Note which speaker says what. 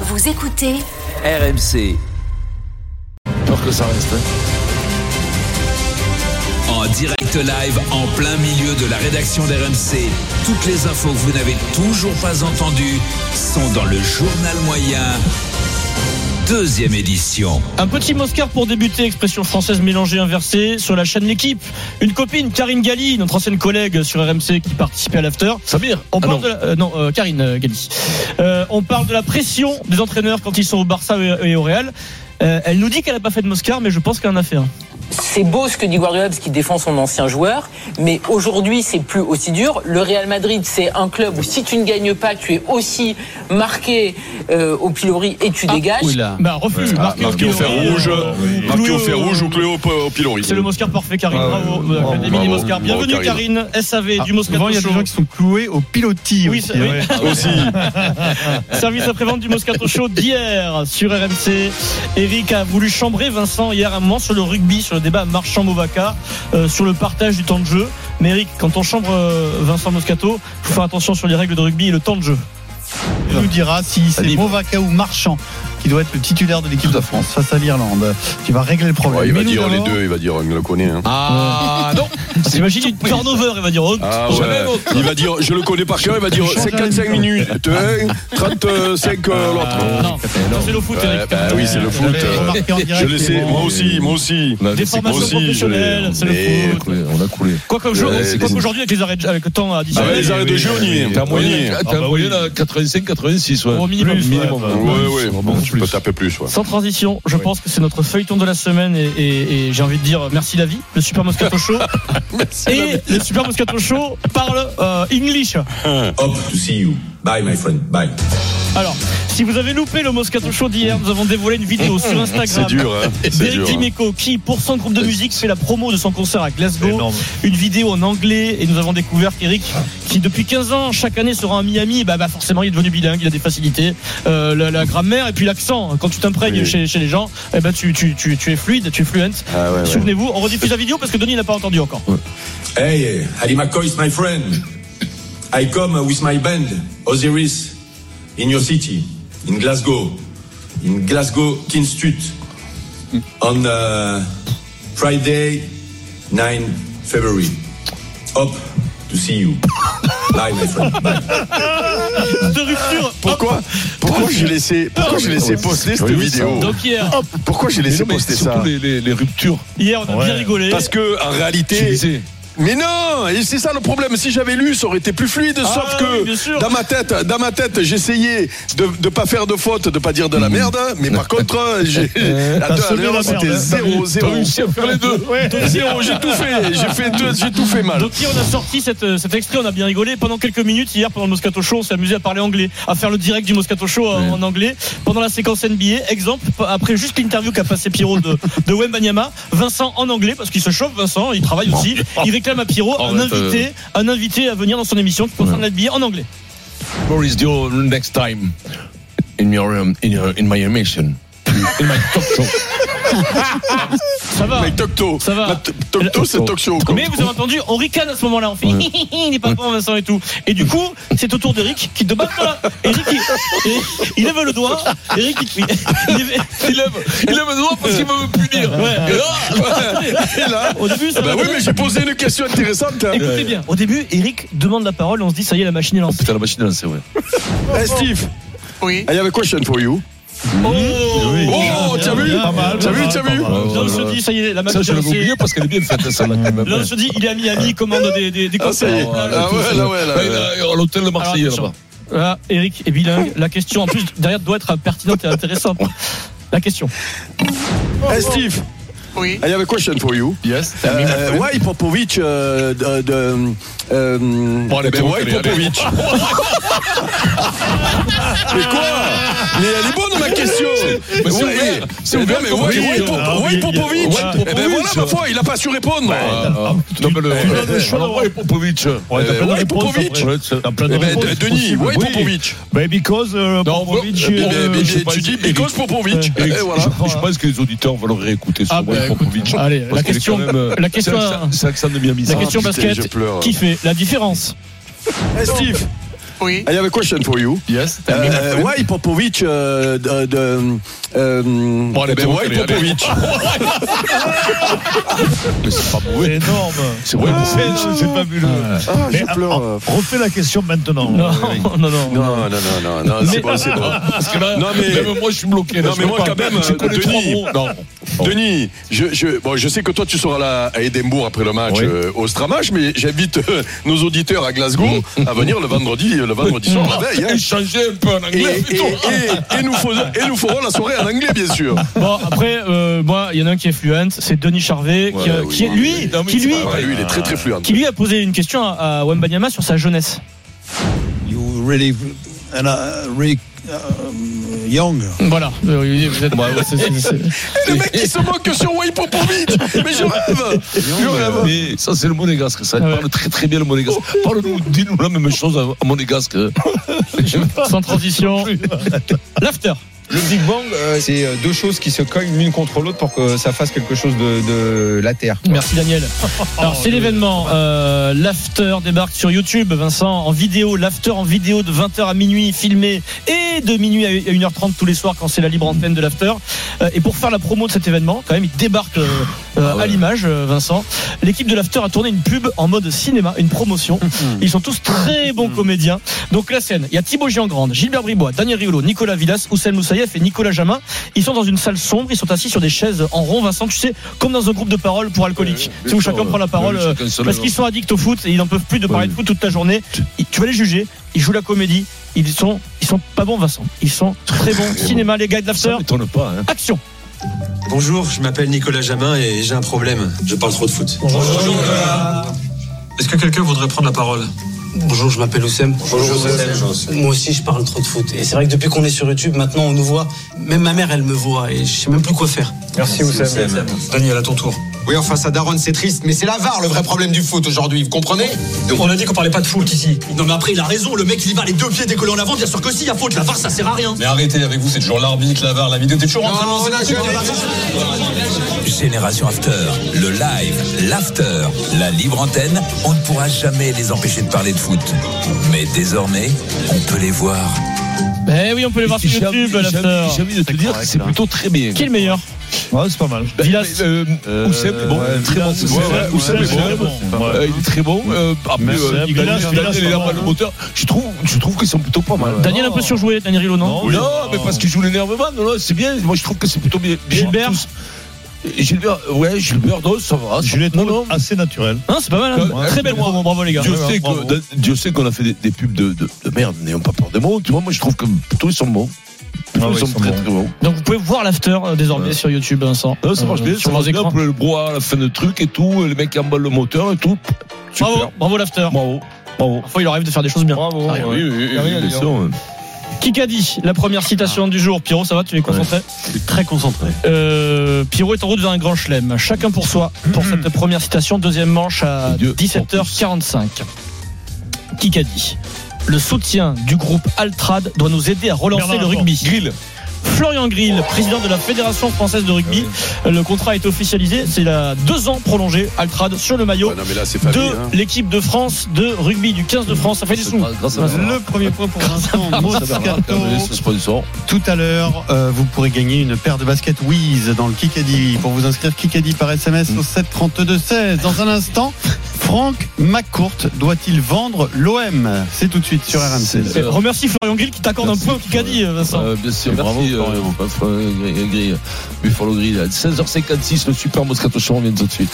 Speaker 1: Vous écoutez
Speaker 2: RMC.
Speaker 3: Pour que ça reste. hein.
Speaker 2: En direct live, en plein milieu de la rédaction d'RMC, toutes les infos que vous n'avez toujours pas entendues sont dans le journal moyen, deuxième édition.
Speaker 4: Un petit Moscar pour débuter, expression française mélangée inversée, sur la chaîne L'équipe. Une copine, Karine Galli, notre ancienne collègue sur RMC qui participait à l'after.
Speaker 3: Samir
Speaker 4: On
Speaker 3: Ah
Speaker 4: parle
Speaker 3: non.
Speaker 4: de la, euh, non, euh, Karine euh, Galli. Euh, on parle de la pression des entraîneurs quand ils sont au Barça et, et au Real. Euh, elle nous dit qu'elle n'a pas fait de Moscar, mais je pense qu'elle en a fait un.
Speaker 5: C'est beau ce que dit Guardiola parce qu'il défend son ancien joueur, mais aujourd'hui c'est plus aussi dur. Le Real Madrid c'est un club où si tu ne gagnes pas, tu es aussi marqué euh, au pilori et tu dégages.
Speaker 4: Bah, refuse.
Speaker 6: Ah,
Speaker 4: marqué
Speaker 6: marqué au fer
Speaker 4: pilori,
Speaker 6: rouge,
Speaker 4: euh,
Speaker 6: marqué au
Speaker 4: Cloué
Speaker 6: fer
Speaker 4: au-
Speaker 6: rouge ou cloué au, au pilori.
Speaker 4: C'est le Moscar parfait, Karine.
Speaker 6: Ah,
Speaker 4: bravo. euh,
Speaker 6: bravo,
Speaker 4: bravo
Speaker 6: bravo,
Speaker 4: Moscar.
Speaker 6: bravo,
Speaker 4: Bienvenue, Karine. SAV du Moscato
Speaker 7: Souvent, Ah, il y a
Speaker 4: Show.
Speaker 7: des gens qui sont cloués au pilotis
Speaker 4: Oui,
Speaker 7: aussi.
Speaker 4: c'est- oui.
Speaker 7: ouais.
Speaker 6: Aussi,
Speaker 4: Service après-vente du Moscato Show d'hier sur RMC. Eric a voulu chambrer Vincent hier à un moment sur le rugby, sur le débat Marchand-Movaca, euh, sur le partage du temps de jeu. Mais Eric, quand on chambre euh, Vincent Moscato, faut faire attention sur les règles de rugby et le temps de jeu.
Speaker 7: Il nous dira si c'est Movaca ou Marchand qui doit être le titulaire de l'équipe de France face à l'Irlande. Qui va régler le problème.
Speaker 6: Ouais, Ah, il va
Speaker 7: Mais nous
Speaker 6: dire les
Speaker 7: avons-
Speaker 6: deux, il va dire, il le connaît. hein.
Speaker 3: Ah non
Speaker 4: T'imagines une turnover, il va dire. oh,
Speaker 6: Ah
Speaker 4: jamais
Speaker 6: ouais.
Speaker 4: l'autre.
Speaker 6: Il va dire, je le connais par cœur, il va dire
Speaker 7: Change
Speaker 6: 55
Speaker 7: la
Speaker 6: minutes, un, 35 euh, l'autre.
Speaker 4: Non, ça, c'est le foot,
Speaker 6: Ouais,
Speaker 4: Eric.
Speaker 6: bah oui, c'est le
Speaker 7: Vous
Speaker 6: foot.
Speaker 7: l'avez
Speaker 6: euh,
Speaker 7: remarqué en direct,
Speaker 6: Je le sais,
Speaker 7: Clément.
Speaker 6: moi aussi, moi aussi.
Speaker 4: Des formations
Speaker 6: Moi aussi, je l'ai.
Speaker 4: professionnelles, c'est
Speaker 6: Mais-
Speaker 4: le foot.
Speaker 3: On a coulé.
Speaker 4: Quoi qu'aujourd'hui,
Speaker 6: Ouais,
Speaker 4: quoi
Speaker 6: les-
Speaker 4: qu'aujourd'hui, avec les arrêts, de- avec le temps
Speaker 6: Ah
Speaker 4: additionnel,
Speaker 6: ouais, les arrêts de jeu, on y est.
Speaker 3: T'as un
Speaker 6: On y
Speaker 3: moyen,
Speaker 6: est.
Speaker 3: t'as un moyen à 85-86, ouais.
Speaker 4: Ah bah Au minimum.
Speaker 3: Plus, minimum. hein.
Speaker 8: euh,
Speaker 6: Ouais, ouais, bon, tu peux taper plus. ouais.
Speaker 4: Sans transition, je pense que c'est notre feuilleton de la semaine et, et- et j'ai envie de dire merci la vie, le Super Moscato Show. et le Super Moscato Show parle euh, English.
Speaker 8: Up to see you. Bye, my friend. Bye.
Speaker 4: Alors, si vous avez loupé le Moscato Show d'hier, nous avons dévoilé une vidéo sur
Speaker 6: C'est
Speaker 4: Instagram.
Speaker 6: dur, hein. C'est
Speaker 4: D'Eric
Speaker 6: dur.
Speaker 4: Dimeco qui, pour son groupe de musique, fait la promo de son concert à Glasgow.
Speaker 7: Énorme.
Speaker 4: Une vidéo en anglais et nous avons découvert qu'Eric,
Speaker 6: Ah.
Speaker 4: qui depuis 15 ans, chaque année sera à Miami, bah, bah, forcément il est devenu bilingue, il a des facilités, Euh, la, la grammaire et puis l'accent. hein. Quand tu t'imprègnes
Speaker 6: Oui.
Speaker 4: chez, chez les gens, eh ben, tu, tu, tu, tu es fluide, tu es fluent.
Speaker 6: Ah ouais, ouais.
Speaker 4: Souvenez-vous, on rediffuse la vidéo parce que Denis n'a pas entendu encore.
Speaker 8: Hey, eh, Ali McCoy is my friend. I come uh, with my band, Osiris, in your city, in Glasgow, in Glasgow Institute, on uh, Friday, 9 February. Up to see you. Bye, my friend. Bye.
Speaker 4: De rupture.
Speaker 6: Pourquoi Pourquoi j'ai laissé Pourquoi j'ai laissé poster cette vidéo
Speaker 4: Donc hier,
Speaker 6: Pourquoi j'ai laissé
Speaker 3: Mais
Speaker 6: poster ça
Speaker 3: surtout les, les, les ruptures.
Speaker 4: hier on a bien rigolé.
Speaker 6: Parce que en
Speaker 3: Tu
Speaker 6: réalité,
Speaker 3: disais,
Speaker 6: mais non, et c'est ça le problème. Si j'avais lu, ça aurait été plus fluide. sauf
Speaker 4: Ah oui,
Speaker 6: que
Speaker 4: bien sûr.
Speaker 6: dans ma tête, dans ma tête, j'essayais de ne pas faire de faute, de pas dire de la merde. hein. Mais par contre, j'ai- à deux à
Speaker 4: semé
Speaker 6: l'heure,
Speaker 4: Euh, la merde,
Speaker 6: c'était
Speaker 4: hein.
Speaker 6: zéro
Speaker 3: t'as
Speaker 6: zéro.
Speaker 3: réussi à faire les deux.
Speaker 6: Zéro, j'ai tout fait, j'ai fait deux, j'ai tout fait mal.
Speaker 4: Donc hier on a sorti cette- euh, cet extrait, on a bien rigolé. Pendant quelques minutes, hier pendant le Moscato Show, on s'est amusé à parler anglais, à faire le direct du Moscato Show en- en anglais. Pendant la séquence NBA, exemple, p- après juste l'interview qu'a passé Pierrot de, de Wembanyama, Vincent en anglais, parce qu'il se chauffe, Vincent, il travaille aussi, il réclame à Pierrot un,
Speaker 3: Arrête, euh.
Speaker 4: invité, un invité à venir dans son émission qui concerne la NBA en anglais.
Speaker 3: Boris Dio, next time in your um, in your in my emission. In my talk show.
Speaker 4: Ça va
Speaker 6: Mais Tocto,
Speaker 4: Ça va.
Speaker 6: Ma t- Tocto, c'est Talk Show. quoi.
Speaker 4: Mais vous avez entendu, on ricane à ce moment-là, on fait il n'est pas bon Vincent et tout. Et du coup, c'est au tour d'Eric qui de battre là. Eric, il, il lève le doigt. Eric, il, il lève-
Speaker 3: Il aime, il aime le droit parce qu'il veut me punir.
Speaker 4: Ouais.
Speaker 3: Et là,
Speaker 6: Et là,
Speaker 4: Au début, ça
Speaker 6: bah
Speaker 4: va
Speaker 6: oui,
Speaker 4: donner-
Speaker 6: mais j'ai posé une question intéressante. hein.
Speaker 4: Écoutez bien. Au début, Eric demande la parole, on se dit ça y est, la machine est lancée.
Speaker 3: Putain, la machine là, c'est vrai.
Speaker 6: Hey, Eh, Steve, Ah,
Speaker 4: Oui.
Speaker 6: I have a question for you.
Speaker 4: Oh,
Speaker 7: Oui.
Speaker 6: Oh, t'as vu
Speaker 7: Pas mal,
Speaker 6: T'as
Speaker 7: pas
Speaker 6: vu,
Speaker 7: mal,
Speaker 6: t'as
Speaker 7: pas
Speaker 6: vu
Speaker 7: mal.
Speaker 4: Là, on se dit ça y est, la
Speaker 3: Ça,
Speaker 4: machine
Speaker 3: je
Speaker 4: est
Speaker 3: l'avais
Speaker 4: lancée.
Speaker 3: oublié parce qu'elle est bien faite, ça, là, quand même.
Speaker 4: Là, on se dit, il est à Miami, il commande des, des, des
Speaker 6: Ah, ça y est.
Speaker 4: cocktails.
Speaker 6: Ah ouais, là, ouais, là,
Speaker 3: Ouais,
Speaker 4: euh,
Speaker 3: là, à L'hôtel de Marseille,
Speaker 4: Alors,
Speaker 3: là-bas.
Speaker 4: Voilà, Ah, Eric est bilingue. La question, en plus, derrière, doit être pertinente et intéressante. La question.
Speaker 6: Hey, Eh, Steve,
Speaker 4: Oui.
Speaker 6: I have a question for you.
Speaker 3: Yes.
Speaker 4: Ah,
Speaker 6: Euh, why Popovic euh, de, de, euh,
Speaker 3: Bon, allez,
Speaker 6: ben,
Speaker 3: t'es
Speaker 6: why
Speaker 3: enculé, allez.
Speaker 6: Popovic Mais quoi Mais elle est bonne ma question
Speaker 3: Mais c'est
Speaker 6: Ouais,
Speaker 3: ouvert,
Speaker 6: mais-
Speaker 3: c'est
Speaker 6: mais
Speaker 3: ouvert
Speaker 6: non, mais
Speaker 3: comme
Speaker 6: why,
Speaker 3: question.
Speaker 6: why, Pop-
Speaker 7: Ah,
Speaker 6: why
Speaker 7: oui,
Speaker 6: Popovic
Speaker 3: ouais,
Speaker 6: Eh ben voilà
Speaker 3: Popovic.
Speaker 6: ma foi, il a pas su répondre
Speaker 3: Ah, non, mais le- Alors, ouais, Popovic.
Speaker 7: Ouais, t'as
Speaker 6: Euh,
Speaker 7: plein de
Speaker 6: ouais,
Speaker 7: réponses,
Speaker 6: Popovic.
Speaker 7: après.
Speaker 3: Ouais, c'est-
Speaker 7: T'as plein de
Speaker 6: Eh ben,
Speaker 7: réponses
Speaker 6: Denis,
Speaker 7: possibles.
Speaker 6: why
Speaker 7: Oui.
Speaker 6: Popovic
Speaker 7: Bah, because euh,
Speaker 3: Non,
Speaker 7: Popovic,
Speaker 3: bon,
Speaker 6: Eh ben,
Speaker 7: euh,
Speaker 6: ben,
Speaker 7: je sais pas,
Speaker 6: Tu dis
Speaker 7: il-
Speaker 6: because Popovic
Speaker 3: Eric,
Speaker 6: Eh, voilà.
Speaker 3: je, je pense que les auditeurs vont le réécouter sur
Speaker 4: Ah, bah, écoute,
Speaker 3: Popovic.
Speaker 4: allez,
Speaker 3: Parce
Speaker 4: la
Speaker 3: qu'il est
Speaker 4: question-
Speaker 3: quand même, euh,
Speaker 4: la question-
Speaker 3: c'est l'accent- C'est l'accent de Miami.
Speaker 4: La
Speaker 3: ça.
Speaker 4: question
Speaker 6: putain,
Speaker 4: basket
Speaker 6: je pleure.
Speaker 4: qui fait la différence.
Speaker 6: Hey, Eh, Steve
Speaker 1: Oui.
Speaker 6: I have a question for you.
Speaker 3: Yes.
Speaker 6: Uh, why Popovic? Uh, the, the, um,
Speaker 3: Bon, allez,
Speaker 6: the
Speaker 3: ben,
Speaker 6: why
Speaker 3: allez, allez.
Speaker 6: Popovic?
Speaker 3: Mais c'est pas
Speaker 9: C'est
Speaker 3: mauvais.
Speaker 9: énorme.
Speaker 3: C'est
Speaker 4: Ah,
Speaker 3: vrai,
Speaker 9: C'est c'est fabuleux.
Speaker 6: Ah,
Speaker 9: Mais,
Speaker 6: je
Speaker 4: euh,
Speaker 6: pleure.
Speaker 9: ah, refais la question maintenant.
Speaker 4: Non, non, non.
Speaker 6: Non, non, non, non, non, c'est bon, c'est bon.
Speaker 3: Parce que là,
Speaker 6: Non, mais-
Speaker 3: même moi, je suis bloqué. là,
Speaker 6: Non,
Speaker 3: je
Speaker 6: mais
Speaker 3: peux
Speaker 6: moi,
Speaker 3: pas.
Speaker 6: quand même,
Speaker 3: Je connais
Speaker 6: euh,
Speaker 3: trois
Speaker 6: Denis.
Speaker 3: mots. Non.
Speaker 6: Denis, je, je, bon, je sais que toi tu seras là à Édimbourg après le match
Speaker 3: Oui.
Speaker 6: euh, au Stramatch, mais j'invite euh, nos auditeurs à Glasgow à venir le vendredi, euh, le vendredi soir la veille. hein.
Speaker 3: Échanger un peu en
Speaker 6: Et,
Speaker 3: anglais,
Speaker 6: et-
Speaker 3: plutôt.
Speaker 6: et- et nous faisons- et nous ferons la soirée en anglais, bien sûr.
Speaker 4: Bon, après, euh, moi, il y en a un qui est fluent, c'est Denis Charvet, qui, euh,
Speaker 6: Ouais,
Speaker 4: qui est
Speaker 6: oui,
Speaker 4: lui,
Speaker 6: oui.
Speaker 3: Non, mais
Speaker 4: qui
Speaker 3: c'est
Speaker 4: lui,
Speaker 3: pas
Speaker 6: Ah, lui, il est très très fluent.
Speaker 4: qui lui a posé une question à, à Wembanyama sur sa jeunesse.
Speaker 1: You really and uh, really um, young.
Speaker 4: Voilà. Euh, il dit, Vous êtes. bah, ouais, c'est- c'est- c'est-
Speaker 6: Et le mec qui se moque sur Wai Popovic Mais je rêve Je rêve
Speaker 3: Mais ça, c'est le monégasque. Ça
Speaker 4: Ouais.
Speaker 3: parle très très bien le monégasque.
Speaker 6: Oh.
Speaker 3: Parle-nous, dis-nous la même chose à- à monégasque.
Speaker 6: Ah
Speaker 4: Sans transition. L'after.
Speaker 10: Le Big Bang, euh, c'est euh, deux choses qui se cognent l'une contre l'autre pour que ça fasse quelque chose de, de la Terre.
Speaker 4: Merci Daniel. Alors c'est l'événement. Euh, L'after débarque sur YouTube, Vincent, en vidéo. L'after en vidéo de 20h à minuit, filmé, et de minuit à 1h30 tous les soirs quand c'est la libre antenne de l'after. Euh, et pour faire la promo de cet événement, quand même, il débarque euh,
Speaker 3: Ah
Speaker 4: euh, à l'image, euh, Vincent. L'équipe de l'after a tourné une pub en mode cinéma, une promotion.
Speaker 3: Mm-hmm.
Speaker 4: Ils sont tous très bons comédiens. Donc la scène, il y a Thibaut Giangrande, Gilbert Bribois, Daniel Riolo, Nicolas Villas, Oussel Moussaïef et Nicolas Jamin. Ils sont dans une salle sombre, ils sont assis sur des chaises en rond, Vincent, tu sais, comme dans un groupe de parole pour alcooliques.
Speaker 3: oui,
Speaker 4: c'est où
Speaker 3: bien sûr,
Speaker 4: chacun prend la
Speaker 3: Bah oui,
Speaker 4: parole
Speaker 3: chacun
Speaker 4: euh,
Speaker 3: seul,
Speaker 4: parce
Speaker 3: alors.
Speaker 4: qu'ils sont addicts au foot et ils n'en peuvent plus de parler de foot toute la journée. Ils- Tu vas les juger, ils jouent la comédie, ils sont ils sont pas bons Vincent, ils sont très bons cinéma les gars de l'after.
Speaker 3: Ça m'étonne pas. hein.
Speaker 4: Action.
Speaker 10: Bonjour, je m'appelle Nicolas Jamin et j'ai un problème. Je parle trop de foot.
Speaker 8: Bonjour Nicolas.
Speaker 10: Est-ce que quelqu'un voudrait prendre la parole
Speaker 11: Bonjour, je m'appelle Oussem.
Speaker 8: Bonjour Joseph.
Speaker 11: Moi aussi, je parle trop de foot. Et c'est vrai que depuis qu'on est sur YouTube, maintenant, on nous voit. Même ma mère, elle me voit. Et je sais même plus quoi faire.
Speaker 10: Merci Oussem. Daniel, à ton tour.
Speaker 9: Oui, enfin, ça daronne, c'est triste, mais c'est la VAR le vrai problème du foot aujourd'hui, vous comprenez
Speaker 10: On a dit qu'on parlait pas de foot ici.
Speaker 9: Non, mais après, il a raison, le mec, il y va les deux pieds décollés en avant, bien sûr que si, il y a faute, la VAR, ça sert à rien.
Speaker 10: Mais arrêtez avec vous, c'est toujours l'arbitre, la VAR, la vidéo, t'es toujours en train de lancer la VAR.
Speaker 2: Génération After, le live, l'after, la libre antenne, on ne pourra jamais les empêcher de parler de foot. Mais désormais, on peut les voir.
Speaker 4: Eh oui, on peut les voir sur
Speaker 3: J'ai envie-
Speaker 4: YouTube
Speaker 3: j'ai envie j'ai
Speaker 4: l'after.
Speaker 3: envie de te dire que c'est plutôt très bien.
Speaker 4: Qui est le meilleur
Speaker 7: Ouais, c'est pas mal.
Speaker 3: Ben,
Speaker 4: Villas.
Speaker 3: mais, euh, Oussem,
Speaker 7: Euh,
Speaker 3: bon,
Speaker 7: ouais,
Speaker 3: très
Speaker 7: Villas,
Speaker 3: bon. Ouais,
Speaker 7: Oussem,
Speaker 3: ouais, Oussem est
Speaker 7: Oussem,
Speaker 3: bon.
Speaker 7: bon.
Speaker 3: Euh, il est très bon. Euh, après,
Speaker 7: Merci,
Speaker 3: euh,
Speaker 7: Villas,
Speaker 3: Daniel,
Speaker 7: Villas,
Speaker 3: il est là
Speaker 7: pas
Speaker 3: pas le
Speaker 7: mal.
Speaker 3: moteur. Je trouve, je trouve qu'ils sont plutôt pas mal.
Speaker 4: Daniel un peu surjoué, Daniel Riolo non
Speaker 3: Non, mais parce qu'ils jouent l'énervement. Non, non, c'est bien. Moi, je trouve que c'est plutôt bien.
Speaker 4: Gilbert
Speaker 3: Tous. Gilbert, ouais, Gilbert, non, ça va.
Speaker 7: Je l'ai
Speaker 3: non,
Speaker 7: trouvé
Speaker 3: non.
Speaker 7: assez naturel.
Speaker 4: Non, c'est pas mal. hein.
Speaker 3: Ouais.
Speaker 4: Très belle promo, bravo les gars.
Speaker 3: Dieu,
Speaker 7: ouais,
Speaker 3: sait
Speaker 7: bravo.
Speaker 3: que- Dieu sait qu'on a fait des, des pubs de, de- de merde, n'ayons pas peur des mots. Tu vois, moi je trouve que plutôt ils sont bons. Plutôt,
Speaker 7: Ah ouais,
Speaker 3: ils sont,
Speaker 7: ils sont
Speaker 3: très
Speaker 7: bons.
Speaker 3: très bons.
Speaker 4: Donc vous pouvez voir l'after euh, désormais sur YouTube Vincent.
Speaker 3: Non, ça marche
Speaker 4: Euh,
Speaker 3: bien, ça
Speaker 4: sur leurs
Speaker 3: marche bien.
Speaker 4: écrans.
Speaker 3: On peut le brouhaha à la fin de truc et tout. euh, Les mecs qui emballent le moteur et tout. Super.
Speaker 4: Bravo, bravo l'after.
Speaker 3: Bravo. Bravo.
Speaker 4: Parfois, il leur arrive de faire des choses bien. Bravo.
Speaker 3: Ah, oui, oui, oui, oui, bien sûr.
Speaker 4: Kikadi, la première citation du jour. Pierrot, ça va, tu es concentré
Speaker 9: Très concentré.
Speaker 4: Euh, Pierrot est en route vers un grand chelem. Chacun pour soi pour
Speaker 9: Mm-hmm.
Speaker 4: cette première citation. Deuxième manche à
Speaker 3: Dieu,
Speaker 4: 17h45. Kikadi, le soutien du groupe Altrad doit nous aider à relancer
Speaker 9: Bernard
Speaker 4: le
Speaker 9: Laporte. Oh.
Speaker 4: rugby. Florian Grill, président de la Fédération française de rugby.
Speaker 9: Ah
Speaker 4: Euh, Le contrat est officialisé. C'est la deux ans prolongé Altrad sur le maillot
Speaker 6: Ah Non mais là c'est famille,
Speaker 4: de
Speaker 6: hein.
Speaker 4: l'équipe de France de rugby du 15 de France. Ça fait des sous.
Speaker 3: Grâce à
Speaker 7: Le premier point pour Vincent Moscato.
Speaker 3: ce sponsor.
Speaker 7: Tout à l'heure, euh, vous pourrez gagner une paire de baskets Wiz dans le Kikadi. Pour vous inscrire, Kikadi par SMS au 7 32 16. Dans un instant, Franck McCourt doit-il vendre l'OM C'est tout de suite sur RMC.
Speaker 3: C'est-
Speaker 4: Euh, Remercie Florian Grill qui t'accorde un
Speaker 3: Merci,
Speaker 4: point au Kikadi, Vincent.
Speaker 3: Euh, bien sûr,
Speaker 7: Bravo,
Speaker 3: merci. euh,
Speaker 7: Florian.
Speaker 3: Buffalo Grill, Buffalo Grill. 16h56, le super Moscato Show, on vient tout de suite.